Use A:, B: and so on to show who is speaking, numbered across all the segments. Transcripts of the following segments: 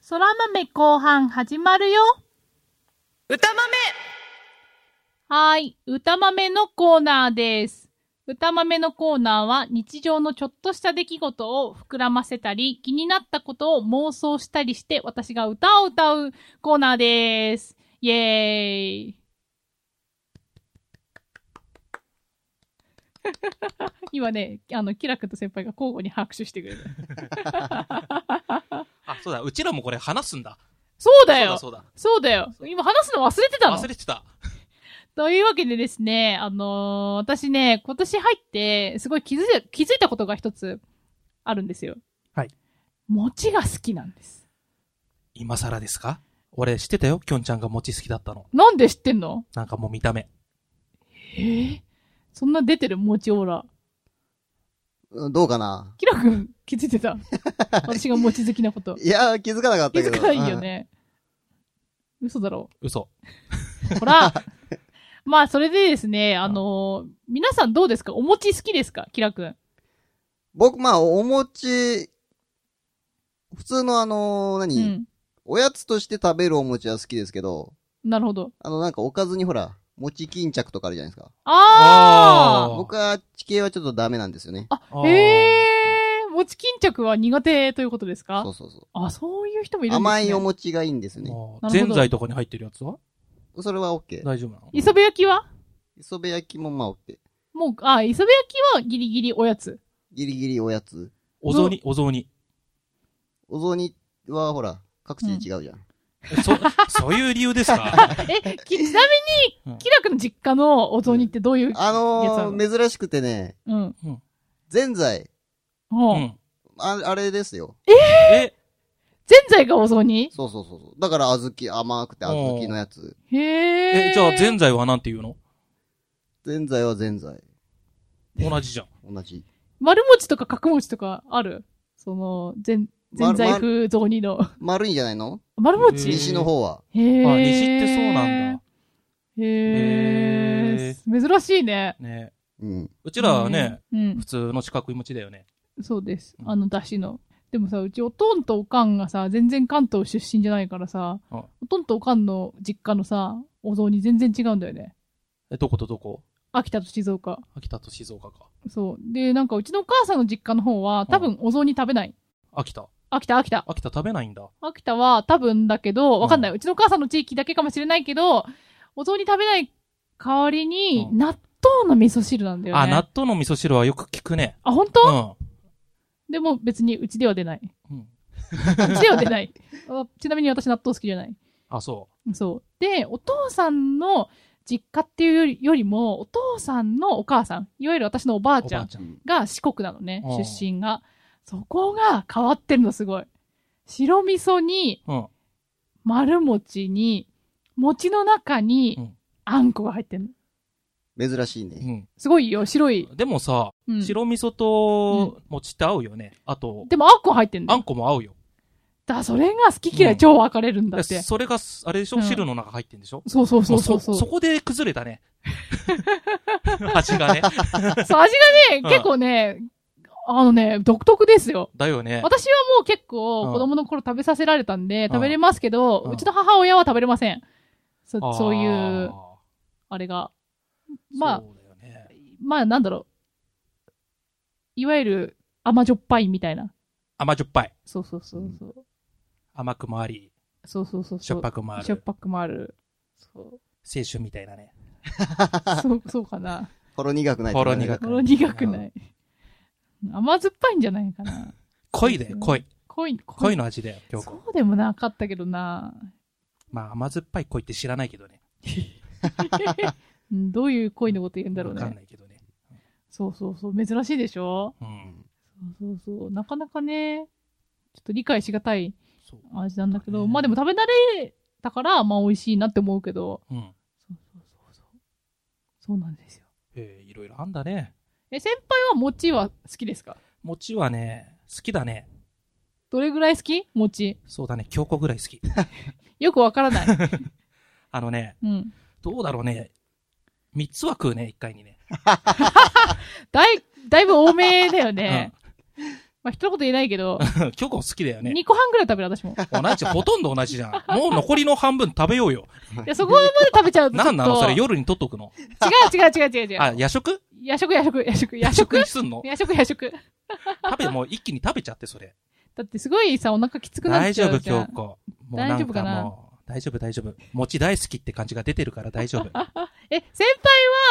A: そら豆後半始まるよ
B: 歌豆
A: はーい。歌豆のコーナーです。歌豆のコーナーは日常のちょっとした出来事を膨らませたり、気になったことを妄想したりして私が歌を歌うコーナーです。イエー イ。今ね、あの、キラ君と先輩が交互に拍手してくれる。
B: あ、そうだ、うちらもこれ話すんだ。
A: そうだよ
B: そうだ、
A: そうだよ今話すの忘れてたの
B: 忘れてた。
A: というわけでですね、あのー私ね、今年入って、すごい気づい気づいたことが一つあるんですよ。
C: はい。
A: 餅が好きなんです。
B: 今更ですか俺知ってたよ、きょんちゃんが餅好きだったの。
A: なんで知ってんの
B: なんかもう見た目。
A: えー、そんな出てる餅オーラ。
D: うんどうかな
A: キラ君気づいて た私が餅好きなこと。
D: いやー、気づかなかった
A: 気
D: けど。
A: づかないよね。嘘だろ。
B: 嘘。
A: ほら まあ、それでですね、あのー皆さんどうですかお餅好きですかキラ君。
D: うん。僕、まあ、お餅、普通のあのー
A: う
D: 何、
A: ん。
D: おやつとして食べるお餅は好きですけど、
A: なるほど。
D: あの、なんかおかずにほら、餅巾着とかあるじゃないですか。
A: あー
B: あー
D: 僕は地形はちょっとダメなんですよね。
A: あ
B: あ、ー
A: へえ、餅巾着は苦手ということですか
D: そうそうそ。
A: あ、そういう人もいうるんですね。
D: 甘いお餅がいいんですよね。
B: もう
A: なるほ
B: ぜん
A: ど
B: ざいとかに入ってるやつは
D: それは OK。
B: 大丈夫なの
A: 磯辺焼きは
D: 磯辺焼きもまあ OK。
A: もう、あ、磯辺焼きはギリギリおやつ。
D: ギリギリおやつ。
B: お雑煮、お雑煮。
D: お雑煮はほら、各地で違うじゃん。
B: えそ、 そういう理由ですか
A: え、きちなみ
B: うん
A: に、キラ君の実家のお雑煮ってどういうやつ
D: あ
A: な
D: の
A: の
D: ー、珍しくてね、
A: うん。
D: ぜんざい。
B: う
A: ほう。
B: ん。
D: ああれですよ。
B: え、
A: ぜんざいがお雑煮
D: そうそうそうそう。だから小豆、甘くて小豆のやつ。
A: へえ。
B: え、じゃあぜん
A: ん
B: ざいはなんて言うの
D: ぜんざいはぜんざい。
B: 同じじゃん。
D: 同じ。
A: 丸餅とか角餅とかあるその、ぜん、ぜんざい風雑煮の。
D: 丸いんじゃないの
A: 丸
B: へー
A: 餅
D: 西の方は。
A: へえ。
B: あ、西ってそうなんだ。。
A: へえ。珍しいね。
B: ね
D: うん。
B: うちらはね、
A: うん
B: 普。通の四角い餅だよね。
A: そうです。
B: うん
A: あの、だしの。でもさ、うちおとんとおかんがさ、全然関東出身じゃないからさ、
B: うん
A: おとんとおかんの実家のさ、お雑煮全然違うんだよね。
B: え、どことどこ
A: 秋田と静岡。
B: 秋田と静岡か。
A: そう。で、なんかうちのお母さんの実家の方は、多分お雑煮食べない。
B: 秋田。
A: 秋田、秋田。
B: 秋田食べないんだ。
A: 秋田は多分だけど、わかんない。
B: う
A: うちのお母さんの地域だけかもしれないけど、お雑煮食べない代わりに、
B: うん
A: 納豆の味噌汁なんだよね。
B: あ、納豆の味噌汁はよく聞くね。
A: あ、本当、
B: う
A: でも別にうちでは出ない。
B: ん。うん。
A: うちでは出 ない。あちなみに私納豆好きじゃない。
B: あ、そ
A: そう。で、お父さんの実家っていうよりよりも、お父さんのお母さん、いわゆる私のおば
B: う。
A: あ
B: お
A: ち
B: ば
A: ゃ
B: あ
A: ん
B: ちゃん。
A: が四国なのね、
B: うん
A: 出身が。そこが変わってるのすごい。白味噌に、
B: うん。
A: 丸餅に、餅の中
B: う
A: に
B: ん、
A: あんこが入ってるの。
D: 珍しいうね。
B: ん。
A: すごいよ、白い。
B: でもさ、
A: うん、
B: 白味噌と餅って合うよね。あと、
A: でも、あんこ入ってん
B: あ
A: だ
B: ん
A: よ。
B: こも合うよ。
A: だからそれが好き嫌い超分かれるんだって。
B: でそれがす、あれでしょ、
A: うん
B: 汁の中入ってんでしょ
A: そうそうそうそう。
B: も
A: そう
B: そこで崩れ たね。味がね。
A: そう味がね、
B: うん
A: 結構ね、あのね、独特ですよ。
B: だよね。
A: 私はもう結
B: う
A: 構
B: ん
A: 子供の頃食べさせられたんで、
B: ん
A: 食べれますけど、
B: うん
A: うちの母親は食べれません。そ
B: あー
A: そういう、、あれが。まあ、
B: そうだよね。
A: まあなんだろう。いわゆる甘じょっぱいみたいな。
B: 甘じょっぱい。
A: そうそうそうそう。
B: 甘くもあり、
A: そうそうそうそう。
B: しょっぱくもあ
A: しょっ
B: る。
A: ぱくもある。そう。
B: 青春みたいなね。
A: そう、そうかな。
D: ほろ苦くない。
B: ほろ苦く
A: ほろ苦くない。甘酸っぱいんじゃないかな。
B: 濃いだよ、濃い。
A: 濃い、濃
B: 濃
A: い
B: い。の味だよ、京子。
A: そうでもなかったけどな。
B: まあ、甘酸っぱい恋って知らないけどね。
A: うんどういう恋のこと言うんだろう
B: わかん
A: ね。
B: ないけどね。
A: そうそうそう。珍しいでしょ
B: うん。
A: そうそうそう。なかなかね、ちょっと理解しがたい
B: そう。
A: 味なんだけど、
B: ね
A: まあでも食べ慣れたから、まあ美味しいなって思うけど。
B: うん。
A: そうそうそうそう。そうなんですよ。
B: えーいろいろあんだね。
A: え、先輩は餅は好きですか
B: 餅はね、好きだね。
A: どれぐらい好き餅。
B: そうだね、京子ぐらい好き。
A: よくわからない。
B: あのね、
A: うん。
B: どうだろうね。三つは食うね、一回にね。
A: だい、だいぶ多めだよね。
B: うん
A: まあ、一言言えないけど、
B: 京子好きだよね。
A: 2個半ぐらい食べる、私も。
B: 同じ、ほとんど同じじゃん。もう残りの半分食べようよ。
A: い や、そこまで食べちゃうとちょっ
B: な
A: と。
B: んなのそれ夜に取っとくの。
A: 違う違う違う違う違う。
B: あ、夜食
A: 夜食夜食夜食夜
B: 夜
A: 食
B: 食にすんの
A: 夜食夜食。
B: 食べ、もう一気に食べちゃって、それ。
A: だってすごいさ、お腹きつく なっ
B: 大
A: ちゃ
B: 丈夫、
A: うじゃ
B: 京
A: ん。
B: 子。もうな
A: 大丈
B: ん
A: 夫か
B: か
A: な
B: もう、大丈夫、大丈夫。餅大好きって感じが出てるから大丈 夫。
A: え、先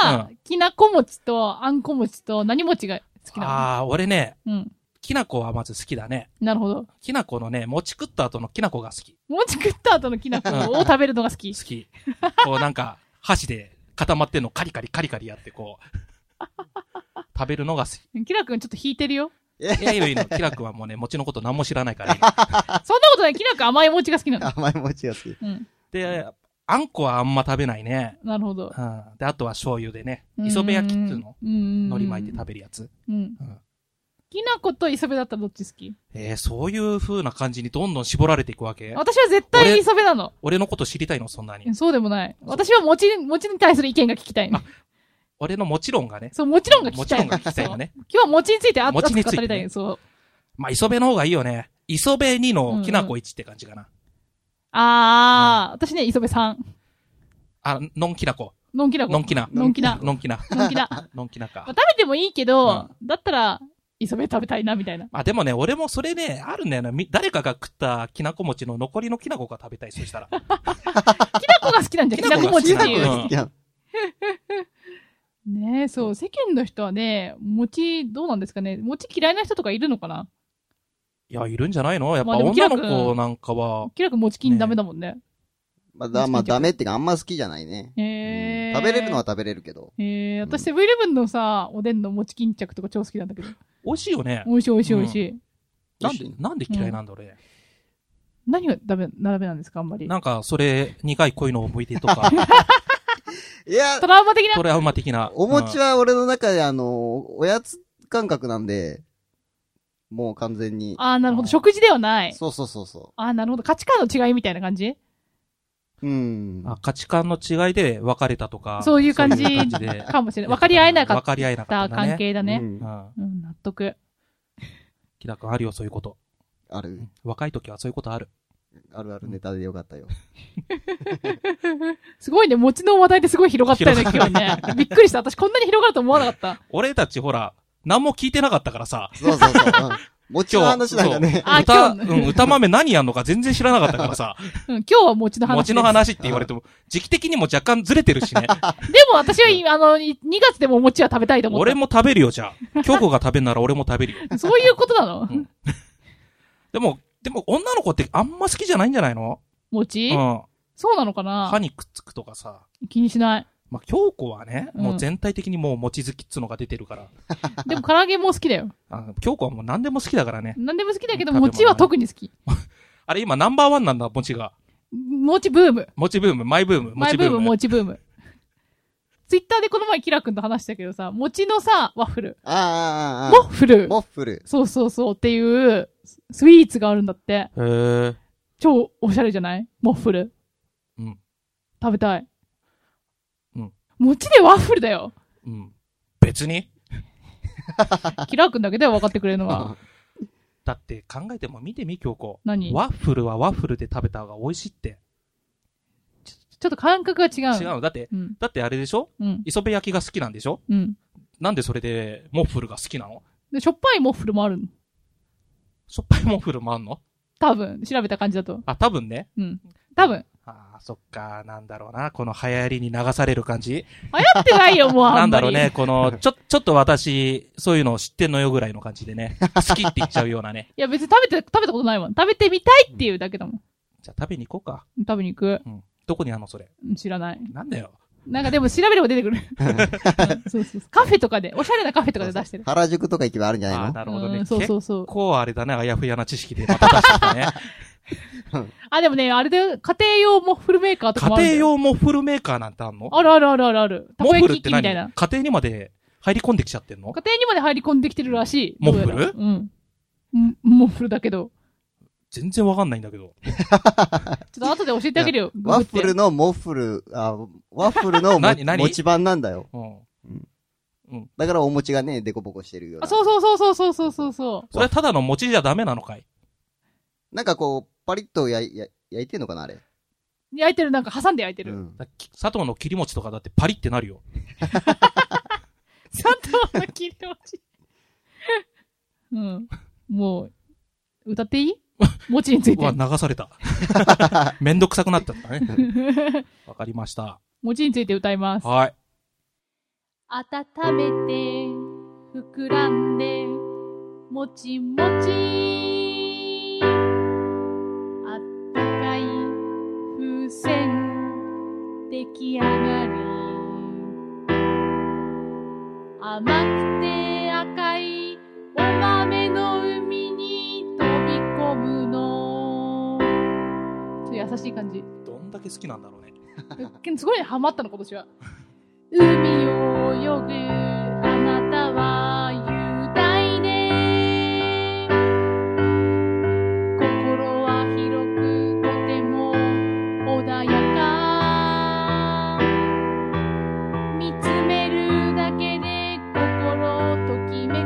A: 輩は、きなこ餅とあんこ餅と何餅が好きな
B: ああ、俺ね、
A: のうん。
B: きなこはまず好きだね。
A: なるほど。
B: きなこのね、餅食った後のきなこが好き。
A: 餅食った後のきなこを食べるのが好き
B: 好。き。こうなんか、箸で固まってんのカリカリカリカリやってこう。食べるのが好き。
A: きなくんちょっと引いてるよ。
B: いやいやいいの。きなこはもうね、餅のこと何も知らないからいいの。
A: そんなことない。きなくん甘い餅が好きなの。
D: 甘い餅が好き。
A: うん。
B: で、あんこはあんま食べないね。
A: なるほど。
B: うん。で、あとは醤油でね、磯辺焼きっていうの
A: うん。
B: 海苔巻いて食
A: べ
B: べるやつ。
A: うん
B: うん。
A: きなこと磯辺だったらどっち好き
B: えー、そういう風な感じにどんどん絞られていくわけ
A: 私は絶対磯辺なの。
B: 俺のこと知りたいの、そんなに。
A: そうでもない。私は餅、餅に対する意見が聞きたいの
B: あ。俺のもちろんがね。
A: そう、もちろんが聞き
B: もち
A: た
B: ろ
A: い
B: ん
A: の。
B: が聞きたいのね。
A: そう。今日は餅について熱
B: 餅に
A: く
B: ついてね
A: 語りたいの。そう。
B: まあ、磯辺の方がいいよね。磯辺2のきなこ1って感じかな。
A: あー、私ね、磯部さん。
B: あ、のんきなこ。
A: のんきなこ。
B: のんきな。
A: のんきな。
B: のんきな。
A: のん きな。まあ
B: のんきなか。
A: 食べてもいいけど、だったら、磯部食べたいな、みたいな。
B: まあでもね、俺もそれね、あるんだよな。み誰かが食ったきなこ餅の残りのきなこが食べたい、そ したら。
A: きなこが好きなんじゃん。き
B: き
A: な
B: な
A: こ
B: こ
A: 餅
D: き
A: っ
D: な
A: て
D: こ
A: いう。
D: が好きやん。
A: ねえ、そう。世間の人はね、餅、どうなんですかね。餅嫌いな人とかいるのかない
B: や、いるんじゃないのやっぱ
A: まあでもき
B: 女
A: な
B: の
A: こ
B: 子なんかは、
A: きなこ餅金ダメだもんね。
D: まあ、だまあ、ダメっていうか、あんま好きじゃないね。
A: へえ。
D: 食べれるのは。食べれるけど。
A: ええ、私セブンイレブンのさ、おでんの餅巾着とか超好きなんだけど。
B: 美味しいよね。
A: 美味しい美味しい美味しい。
B: なん
D: 美
B: で
D: 味し、
B: なんで嫌いなんだ俺。
A: 何がダメ、ダメなんですかあんまり。
B: なんか、それ、苦い恋の思い出 とか、
D: いや
A: ト、ラウマ的な
B: トラウマ的な。
D: お餅
B: は、
D: は俺の中で、あの、おやつ感覚なんで、もう完全に。
A: ああ、なるほど。食事ではない。
D: そうそうそうそ
A: ああ、なるほど。価値観の違いみたいな感じ
D: う。うん。
B: あ価値観の違いで別れたとか。
A: そういう感じ
B: そいう感で
A: かもしれない。 分かり合えなか
B: 分
A: っ
B: かり合えなか
A: た
B: ったんだね。
A: 関係だ
D: う
A: ね。
D: ん
B: う。ん。
A: うん、納得。
B: キラ君あるよ、そういうこと。
D: あ
B: う
D: る、
B: ん若い時はそういうことある。
D: あるあるネタでよかったよ。
A: すごいね、餅の話題ですごい広がったよね、今日ね。びっくりした。私こんなに広がると思わなかった。
B: 俺たちほら、何も聞いてなかったからさ。
D: そうそうそう。うん餅の話なんかね。
A: あ
B: 歌、
A: 今日
B: うん、歌豆何やんのか全然知らなかったか らさ。
A: うん、今日は餅の話です。
B: 餅の話って言われても、時期的にも若干ずれてるしね。
A: でも私は、いあの、い2月 でもお餅は食べたいと思った。
B: 俺も食べるよ、じゃあ。京子が食べんなら俺も食 べるよ。
A: そういうことなの
B: うんでも、でも女の子ってあんま好きじゃないんじゃないのう
A: 餅、
B: ん。
A: そうなのかな
B: 歯にくっつくとかさ。
A: 気にしない。
B: まあ、京子はね、
A: うん
B: もう全体的にもう餅好きっつうのが出てるから。
A: でも唐揚げも好きだよ。
B: あ京子はもう何でも好きだからね。
A: 何でも好きだけど、
B: 食べ物ね
A: 餅は特に好き。
B: あれ今ナンバーワンなんだ、餅が。
A: 餅ブーム。
B: 餅ブーム、マイブーム、
A: マイ
B: 餅
A: ブー
B: ブー
A: ム、
B: ム。
A: 餅ブーム。ツイッターでこの前キラ君と話したけどさ、餅のさ、ワッフル。
D: ああああああ。
A: ワッフル。
D: モッフル。
A: そうそうそうっていう、スイーツがあるんだって。
B: へー
A: 超おしゃれじゃないモッフル。
B: うん。
A: 食べたい。
B: うん。
A: 餅でワッフルだ よ。
B: うん。別に
A: キラ君だけで分かってくれるの は。
B: だって考えても見てみ、京子。
A: 何
B: ワッフルはワッフルで食べた方が美味しいって。
A: ちょっと感覚が違う。
B: 違うの。だって、
A: うん。
B: だってあれでしょ
A: うん。
B: 磯辺焼きが好きなんでしょ
A: うん。
B: なんでそれで、モッフルが好きなの
A: で、しょっぱいモッフルもあるの。
B: しょっぱいモッフルもあんの
A: 多分、調べた感じだと。
B: あ、多分ね。
A: うん。多分。
B: ああ、そっか、なんだろうな。この流行りに流される感じ。
A: 流行ってないよ、もうあ
B: なんん
A: ま
B: だ
A: り。
B: ろうね。この、ちょ、ちょっと私、そういうのを知ってんのよぐらいの感じでね。好きって言っちゃうようなね。
A: いや、別に食べて、食べたことないもん。食べてみたいっていうだけだもん。
B: じゃあ食べに行こうか。
A: 食べに行く。
B: うん。どこにあんのそれ。
A: うん知らない。
B: なんだよ。
A: なんかでも調べれば出てく る。うんそうそうそう。カフェとかで、おしゃれなカフェとかで出してる。
D: 原宿とか行けばあるんじゃ
B: あ
D: な
B: あ、
D: いの
B: なるほど
A: う
B: ね。
A: んそうそうそう
B: 結構あれだね。あやふやな知識でまた出してきた ね。
A: あ、でもね、あれで、家庭用モッフルメーカーとか
B: 家
A: もあるんだ
B: 庭
A: よ。
B: 用モッフルメーカーなんてあんの
A: あるあるあるあるある。た
B: モ
A: こ
B: ッフ
A: 焼
B: ル
A: き
B: って
A: 器み
B: 何
A: たいな。
B: 家庭にまで入り込んできちゃってんの
A: 家庭にまで入り込んできてるらしい。
B: モッフル
A: どうやらうん。うんモッフルだけど。
B: 全然わかんないんだけど。
A: ちょっと後で教えてあげるよ。
D: ワッ
A: グ
D: フ
A: グっ
D: ル
A: て
D: のモッフル、あ、ワッフルのも
B: 何何
D: 餅版なんだよ。
B: うん
D: うん。
B: ううん。
D: だからお餅がね、デコボコしてるような。
A: あ、そうそうそうそうそうそうそう。
B: それただの餅じゃダメなのかい
D: なんかこう、パリッとやいや焼いてんのかな、あれ。
A: 焼いてる、なんか挟んで焼いてる。
D: うん
B: だき佐藤の切り餅とかだってパリってなるよ。
A: 佐藤の切り落ち。うん。もう、歌ってい い餅についう
B: わ、
A: て。
B: 流さ れた。めんどくさくなっちゃったね。わかりました。
A: 餅について歌います。
B: はい。
A: 温めて、膨らんで、もちもち。あったかい風船、出来上がり。甘くて赤いお豆の海に飛び込むの。ちょっと優しい感じ。
B: どんだけ好きなんだろうね。
A: けどすごいハマったの、今年は。海を泳ぐ、あなたは雄大で。心は広く、とても穏やか。見つめるだけで心ときめく。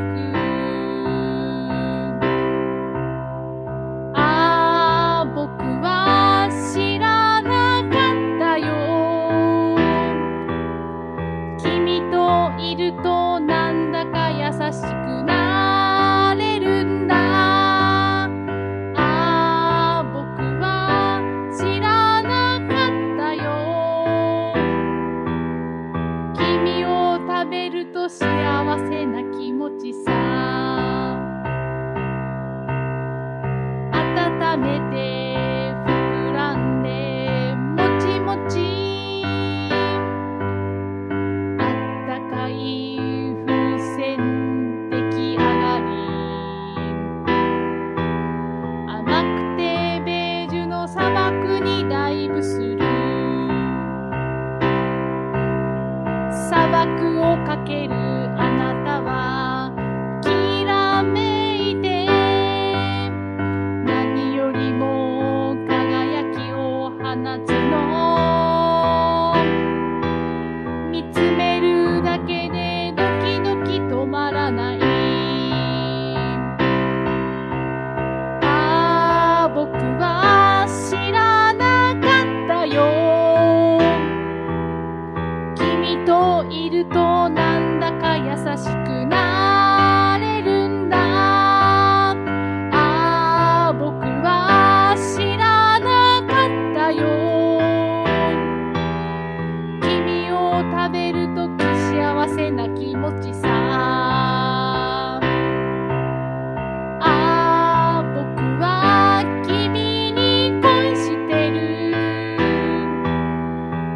A: ああ、僕は知らなかったよ。君といるとなんだか優しくなれるんだ。ああ、僕は知らなかったよ。君を食べると幸せな気持ちさ。温めて膨らんでもちもちあったかい風船出来上がり甘くてベージュの砂漠にダイブする砂漠をかけるあなたはきらめいて何よりも輝きを放つの見つめるだけでドキドキ止まらないああ僕は知らなかったよ君といるとなんだか優しくなれるんだああ、僕は知らなかったよ。君を食べるとき幸せな気持ちさ。ああ、僕は君に恋してる。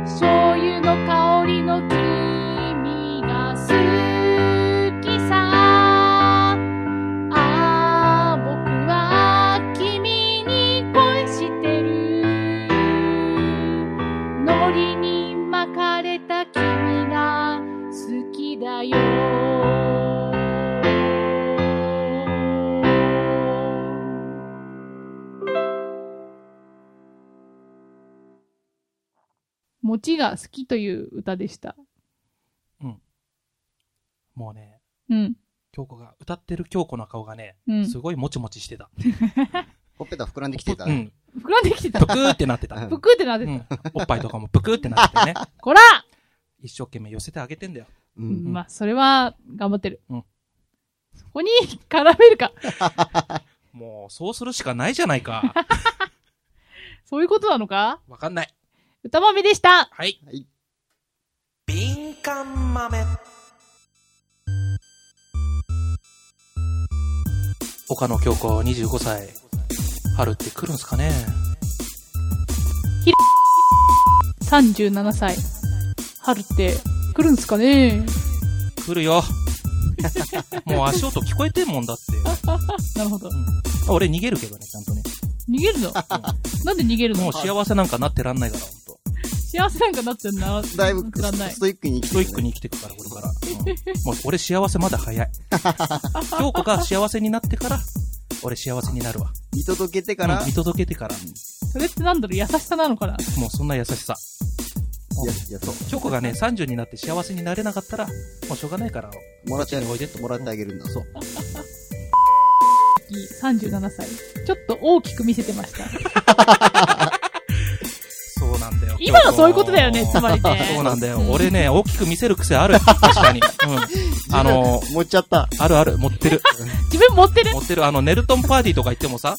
A: 醤油の香りの君が好きさ。ああ、僕は君に恋してる。海苔に巻かれた君が好きだよ。餅が好きという歌でした。
B: もうね、
A: うん。
B: 京子が、歌ってる京子の顔がね、
A: うん。
B: すごいもちもちしてた。
D: ほっぺた膨らんできてた。
B: うん。
A: 膨らんできてた
B: ぷ。くーってなってた。
A: ぷくってなって
B: う
A: た。
B: ん。おっぱいとかもぷくーってなってたね。
A: こら
B: 一生懸命寄せてあげてんだよ。
D: う
A: うん
D: ん。
A: まあ、それは、頑張ってる。
B: うん
A: そこに、絡めるか。
B: もう、そうするしかないじゃな いか。
A: そういうことなのか
B: わかんない。
A: 歌豆でした
B: はい。
D: はい。
C: 敏感豆
B: 岡野京子25歳。春って来るんすかね
A: !37 歳。春って、来るんすかね
B: 来るよ。 もう足音聞こえてんもんだって。
A: なるほど。
B: うん俺逃げるけどね、ちゃんとね。
A: 逃げる のなんで逃げるの
B: もう幸せなんかなってらんないから、ほんと。
A: 幸せなんかなっちゃうな。
D: だいぶ
A: ならない
D: ス。トイックに生き
B: ス
D: て
B: ト
D: る
B: イックに生きてくから、これ から。うんもう俺幸せまだ 早い。京子が幸せになってから、俺幸せになるわ。
D: 見届けてから
B: うん見、届けてから。
A: それってなんだろう優しさなのかな
B: もうそんな優しさ。
D: いや、いや、そう。
B: チョコがね、30になって幸せになれなかったら、もうしょうがないから、
D: もらってあ
B: こっちにおいでって
D: もらってあげるんだ。
B: そう。
A: 37歳。ちょっと大きく見せてました。
B: そうなんだよ。
A: 今のそういうことだよね、つまりね。
B: そうなんだよ。
A: うん
B: 俺ね、大きく見せる癖ある。確かに。 うん。あの、
D: 持っちゃった。。
B: あるある、持ってる。
A: 自分持ってる
B: 持ってる。あの、ネルトンパーティーとか行っても さ、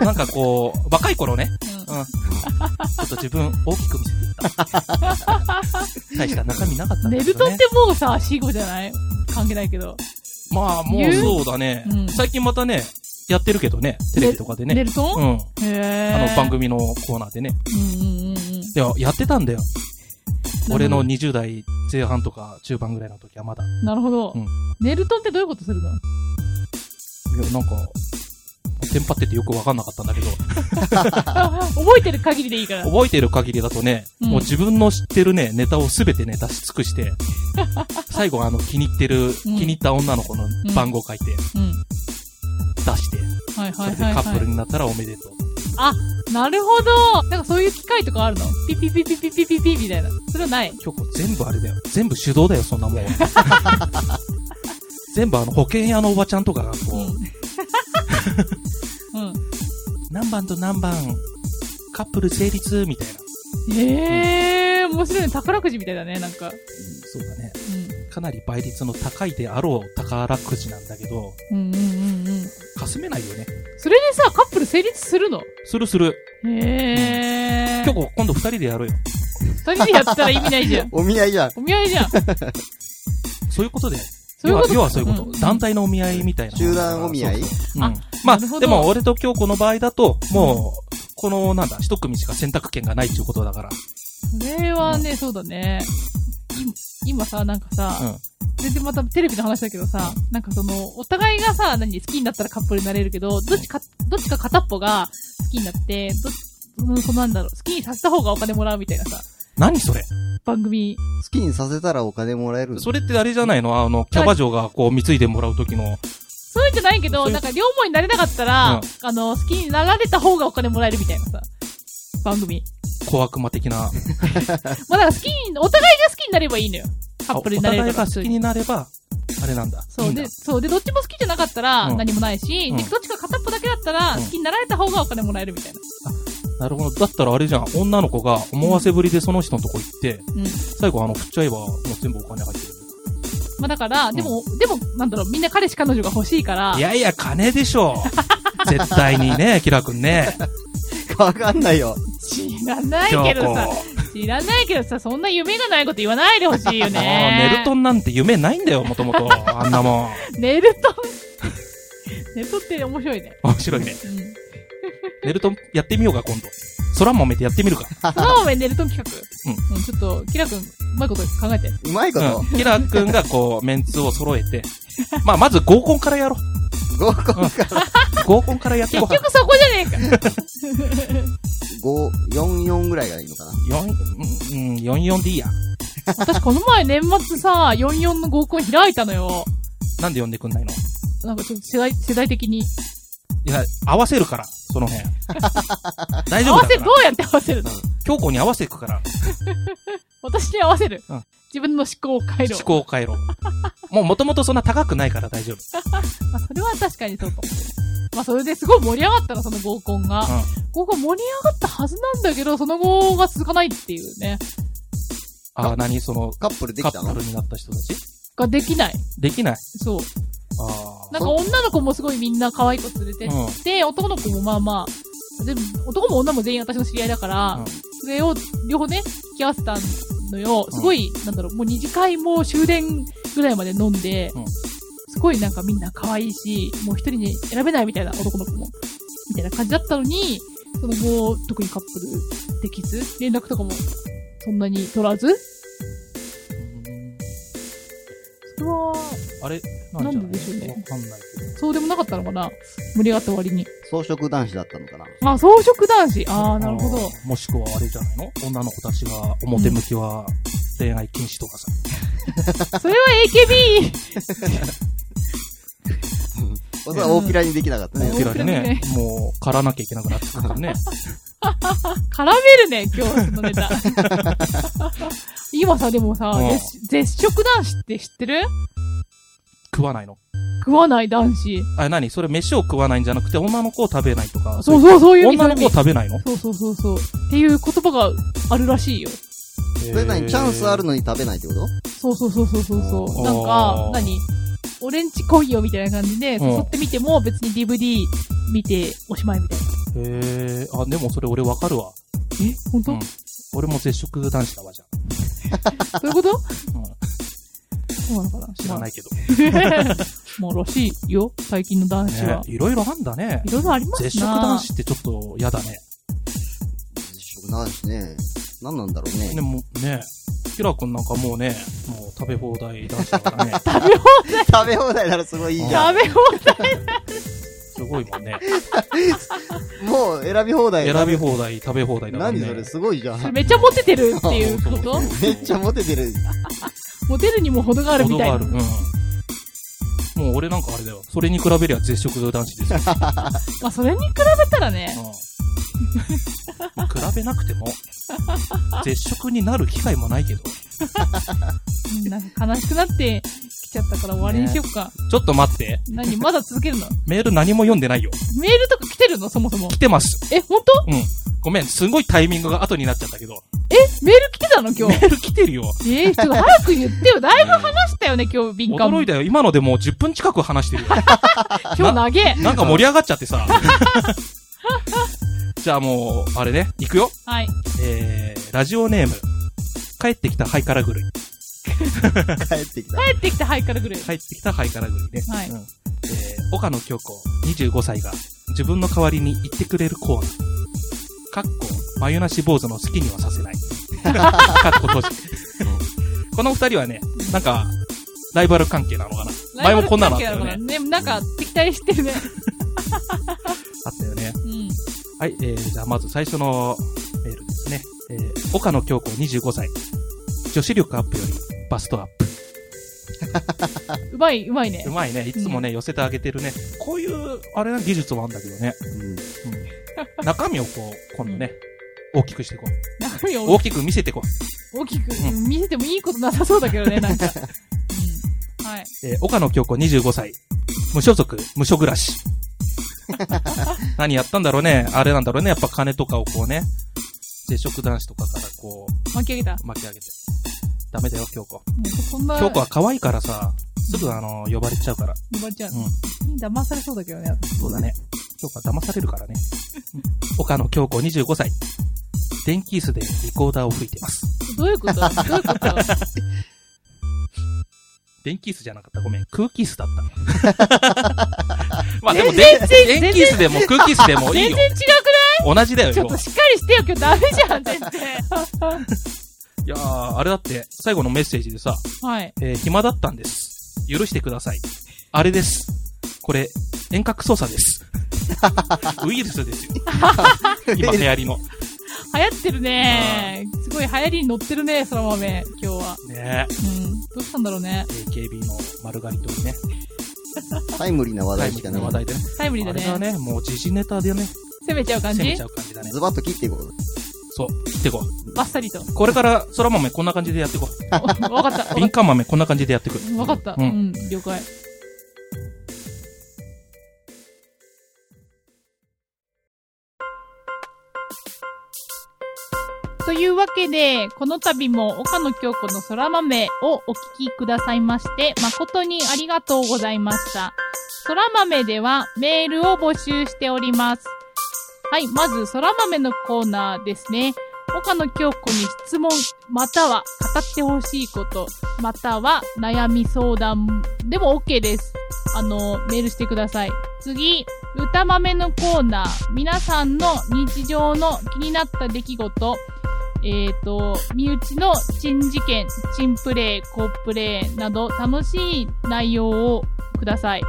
B: なんかこう、若い頃ね、うん。ちょっと自分大きく見せ てた。大した中身なかったんだ
A: ネ
B: け
A: ル
B: ど
A: トン
B: ね。
A: ってもうさ、死後じゃない関係ないけど。
B: まあ、もうそうだね
A: 言ううん。
B: 最近またね、やってるけどね、テレビとかで
A: ネ
B: ね。
A: ルト
B: う
A: ン、
B: ん。
A: へー
B: あの、番。組のコーナーでね。
A: うんうんうんうん。
B: いや、やってたんだよ。
A: ど
B: 俺の20代前半とか中盤ぐらいの時はまだ。
A: なるほど。
B: うん
A: ネルトンってどういうことするの
B: いや、なんか、テンパっててよくわかんなかったんだ けど、
A: 覚えてる限りでいいから。
B: 覚えてる限りだとね、
A: うん
B: もう自分の知ってるね、ネタをすべてね、出し尽 くして、最後あの、気に入ってる、気に入った女の子の番号書いて、
A: うん。
B: 出して、
A: はい
B: そ
A: は
B: れ
A: い
B: で
A: はい、
B: カップル
A: は
B: になったらおめでとう。
A: い。なるほど。なんかそういう機会とかあるのピピピピピピピピみたいな。それはない。
B: 今日こう全部あれだよ。全部手動だよ、そんな もん。全部あの、保険屋のおばちゃんとかがこう、
A: うん。
B: 何番と何番、カップル成立、みたいな。
A: うん。ええー、面白いね。宝くじみたいだね、なんか。
B: そうだね。かなり倍率の高いであろう宝くじなんだけど、
A: うん。うんうんうんうん。
B: かすめないよね。
A: それでさ、カップル成立するの
B: するする。
A: へえ。
B: 今日今度二人でやるよ。
A: 二人でやったら意味ないじゃん
D: お見合いじゃん。
A: お見合いじゃ ん。
B: そういうことで。
A: そういうこと
B: 要は要はそういうこと。
A: ん
B: 団体のお見合いみたいな。
D: 集団お見合い
B: そうそううん
A: あ
B: まあ、
A: なるほど
B: でも俺と今日この場合だと、もう、この、なんだ、一組しか選択権がないっていうことだから。
A: それはね、そうだね。い今さ、なんかさ、
B: うん。
A: 全然またテレビの話だけどさ、なんかその、お互いがさ、何、好きになったらカップルになれるけど、どっちか、どっちか片っぽが好きになって、どっうん、そうなんだろう、好きにさせた方がお金もらうみたいなさ、
B: 何それ
A: 番組。
D: 好きにさせたらお金もらえるの
B: それってあれじゃないのあの、キャバ嬢がこう、貢いでもらう時の。
A: そういうんじゃないけど、
B: そういう
A: なんか両思いになれなかったら、
B: うん
A: あの、好きになられた方がお金もらえるみたいなさ、番組。
B: 小悪魔的な。
A: まあだから好きに、お互いが好きになればいいのよ。カップルになれ
B: お
A: る
B: 互い
A: とか
B: が好きになれば、あれなんだ。
A: そう
B: いいんだ
A: で、そうで、どっちも好きじゃなかったら
B: うん
A: 何もないし、
B: うん
A: で、どっちか片っぽだけだったら
B: うん
A: 好きになられた方がお金もらえるみたいな。
B: なるほど。だったらあれじゃん。女の子が思わせぶりでその人のとこ行って、
A: うん。
B: 最後あの、振っちゃえば、もう全部お金入ってる。
A: まあだから、でも、でも、なんだろう、みんな彼氏彼女が欲しいから
B: い、やいや、金でしょ。 絶対にね、キラくんね。
D: わかんないよ。
A: 知らないけどさ、知らないけどさ、そんな夢がないこと言わないでほしいよ
B: もうネ
A: ね。
B: ルトンなんて夢ないんだよ、もともと。あん なもん。
A: ネルトン。ネルトンって面白いね。
B: 面白いね。
A: うん。
B: ネルトンやってみようか、今度。空もめてやってみるか。
A: そうめんネルトン企画。うん。ちょっと、キラ君、うまいこと考えて。
D: うまいこと。
B: うん。キラくんがこう、メンツを揃えて。まあ、まず合コンからやろう。
D: 合コンから、
B: 合コンからやっていこ
A: 結
B: うか。
A: 局そこじゃねえか。
D: 5、4、4ぐらいがいいのかな。
B: 4、うん、44でいいや。
A: 私この前年末さ、44の合コン開いたのよ。
B: なんで呼んでくんないのい
A: なんかちょっと世代、世代的に。
B: や、合わせるから、その辺。大丈
A: 合
B: 夫
A: わ
B: だ
A: せる、
B: から
A: どう。やって合わせるの
B: 京子に合わせていくから。
A: 私に合わせる
B: うん。
A: 自分の思考回路。
B: 思考回路。もう元々そんな高くないから大丈夫。
A: まあ、それは確かにそうかもしれない。まあ、それですごい盛り上がったの、その合コンが。
B: うん
A: 合コン盛り上がったはずなんだけど、その後が続かないっていうね。
B: ああ、何その、
D: カップルで
B: カ
D: きた
B: ップ
D: の
B: ルになった人たち
A: ができない。
B: できない。
A: そう。
B: あ
A: なんか女の子もすごいみんな可愛い子連れてって、男の子もまあまあ、全部、男も女も全員私の知り合いだから、
B: うん
A: それを両方ね、付き合わせたのよ。すごい、なんだろう、もう二次会も終電ぐらいまで飲んで、
B: うん
A: すごいなんかみんな可愛いし、もう一人に選べないみたいな男の子も、みたいな感じだったのに、その後、特にカップルできず、連絡とかもそんなに取らず、
B: うん
A: それは、
B: あれ
A: なん
B: じゃ
A: ででしょうね
B: わかんないけど。
A: そうでもなかったのかな盛り上がった割に。
D: 装飾男子だったのかな。
A: あ、装飾男子。あー、なるほど。
B: もしくはあれじゃないの女の子たちが表向きは恋愛禁止とかさ。
A: それは AKB!
D: それは大っぴらにできなかったね。
A: うん
B: 大嫌いでね
A: 大嫌い、
B: もう、狩ら なきゃいけなくなってくるからね。
A: 絡めるね、今日そのネタ。今さ、でもさ
B: うん、
A: 絶絶食男子って知ってる
B: 食わないの。
A: 食わない男子。
B: あ、何それ飯を食わないんじゃなくて女の子を食べないとか。
A: そうそう、そういう意味、そ
B: 女
A: うい
B: の
A: う意味。
B: 子を食べないの
A: そうそうそうそう。っていう言葉があるらしいよ。
D: それなにチャンスある
B: の
D: のに食べないってこと
A: そうそうそうそうそうそう。なん
B: あ
A: か
B: ー、
A: 何俺んち来いよみたいな感じで、
B: うん
A: 誘ってみても別に DVD 見ておしまいみたいな。
B: へえ。あ、でもそれ俺わかるわ。
A: え本
B: う
A: 当
B: ん俺も絶食男子だわ、じゃ
A: そういうこと
B: あ。うん
A: そうなのかな。
B: 知らないいけど。
A: まあ、らしいよ。最近の男子
B: ね
A: は。
B: いろいろあんだね
A: い。ろいろありますな
B: 絶食男子ってちょっと嫌だね。
D: 絶食男子ね。何なんだろう
B: で
D: ね。
B: もね、キラ君なんかもうね、もう食べ放題男子だ からね、
D: 食べ放題ならすごいいいじゃ
A: 食べ放題
B: すごいもんね。
D: ん。もう選び放題。
B: 選び放題、食べ放題だからね。
D: 何それすごいじゃ ん。
A: めっちゃモテてるっていうこ
B: そ
A: と
B: うそう
D: めっちゃモテてる。
A: モテるにも程があるみたいな。
B: 程があるうん。もう俺なんかあれだよ。それに比べりゃ絶食男子です よ。
A: まあ、それに比べたらね、
B: うん。比べなくても、絶食になる機会もないけど。ち
A: うんなんか悲しくなってきちゃったから終わりにしよっか。
B: ょっと待って。
A: 何まだ続けるの
B: メール何も読んでないよ。
A: メールとか来てるのそもそも
B: 来。てます。
A: え、本当
B: ごめん、すごいタイミングが後になっちゃったけど。
A: メール来てたの今
B: メ
A: 日。
B: ール来てるよ。
A: えー、ちょっと早く言ってよ。だいぶ話したよね、今日、敏感。
B: 驚いたよ。今のでもう10分近く話してるよ。
A: 今日投げ。
B: なんか盛り上がっちゃってさ。 じゃあもう、あれね、行くよ。
A: はい。
B: えー、ラジオネーム。帰ってきたハイカラ狂い。
D: 帰ってきた。
A: 帰ってきたハイカラグレー。
B: 帰ってきたハイカラ狂いね。
A: はい
B: うん、えー、岡野京子、25歳が、自分の代わりに言ってくれるコーナー。かっこ、眉なし坊主の好きにはさせない。かっこ閉じ。この二人はね、なんか、ライバル関係なのかな。前もこんなのあった
A: ライバ
B: よ
A: ル関係なのかなね、
B: ね。
A: なんか、敵対してるね。
B: あったよね。
A: うん。
B: はい、えー、じゃあまず最初のメールですね。えー、岡野京子25歳。女子力アップよりバストアップ。
A: うまい、うまいね
B: う。まいね。いつもね、寄せてあげてるね。こういう、あれな技術もあるんだけどね。
D: うん
B: うん、中身をこう、今度ね、大きくしていこう。
A: 中身を
B: 大きく見せていこう。
A: 大きく
B: う
A: 見せてもいいことなさそうだけどね、なん か。うん。はい。
B: えー、岡野京子25歳。無所属、無所暮らし。何やったんだろうね。あれなんだろうね。やっぱ金とかをこうね、絶食男子とかからこ
A: 巻き上げた。も
B: う、巻き上げて。ダメだよ、京子。
A: うそんな、
B: 京子は可愛いからさ、すぐあの、呼ばれちゃうから。
A: 呼ばれちゃう
B: う。ん。
A: 騙されそうだけどね。
B: そうだね。京子は騙されるからね。岡野京子25歳。電気椅子でリコーダーを吹いてます。
A: どういうこと どういうこと
B: 電気椅子じゃなかった。ごめん。空気椅子だった。まあでも電
A: 全然
B: 電気椅子でも空気椅子でもい
A: 全
B: いよ
A: 然。違く
B: 同じだよ、
A: ないちょっとしっかりしてよ、今日ダメじゃん、 全然。
B: いやー、あれだって、最後のメッセージでさ、
A: はい。
B: えー暇だったんです。許してください。あれです。これ、遠隔操作です。ウイルスですよ。今流行りの。
A: 流行ってるねすごい流行りに乗ってるね、そら豆、今日は。
B: ね
A: うん。どうしたんだろうね
B: え。。AKB の丸刈りとね、
D: タイムリーな話題しか
B: 話
D: ない。
B: 題でね。
A: タイムリー
B: あ
A: だ
B: れだ
A: ね。
B: ね、もう時事ネタでね、
A: 攻めちゃう感
B: 攻め
A: じ
B: ちゃう感じだね。
D: ズバッと切っていこう。
B: そう、切っていこ
A: バッサリと。
B: う。これから、空豆こんな感じでやっていこう。
A: おわかった。
B: 敏感豆こんな感じでやっていく。
A: わかった。
B: う
A: うんん、了解。というわけで、この度も岡野京子の空豆をお聞きくださいまして、誠にありがとうございました。空豆ではメールを募集しております。はい、まず空豆のコーナーですね。岡野京子に質問、または語ってほしいこと、または悩み相談でも OK です。あの、メールしてください。次、歌豆のコーナー。皆さんの日常の気になった出来事。えっ、と、身内の珍事件、珍プレイ、コプレイなど楽しい内容をください。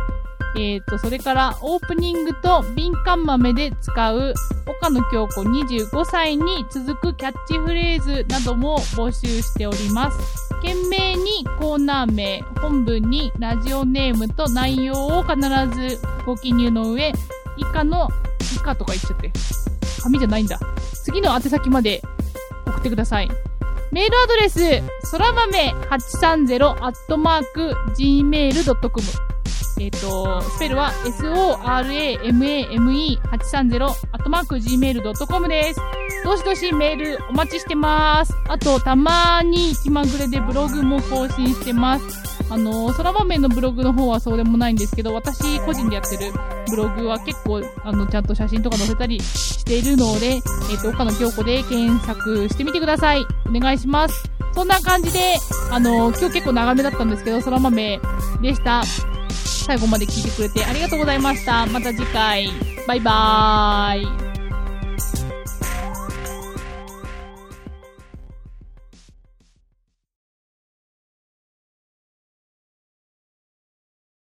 A: えっ、と、それからオープニングと敏感豆で使う岡野京子25歳に続くキャッチフレーズなども募集しております。懸命にコーナー名、本文にラジオネームと内容を必ずご記入の上、以下の、以下とか言っちゃって。紙じゃないんだ。次の宛先まで送ってください。メールアドレス、そらまめ830アットマーク gmail.com。えっ、と、スペルは soramame830 アットマーク gmail.com です。どしどしメールお待ちしてます。あと、たまに気まぐれでブログも更新してます。あの、空豆のブログの方はそうでもないんですけど、私個人でやってるブログは結構、あの、ちゃんと写真とか載せたりしているので、えっ、と、岡野京子で検索してみてください。お願いします。そんな感じで、あの、今日結構長めだったんですけど、空豆でした。最後まで聞いてくれてありがとうございました。また次回。バイバーイ。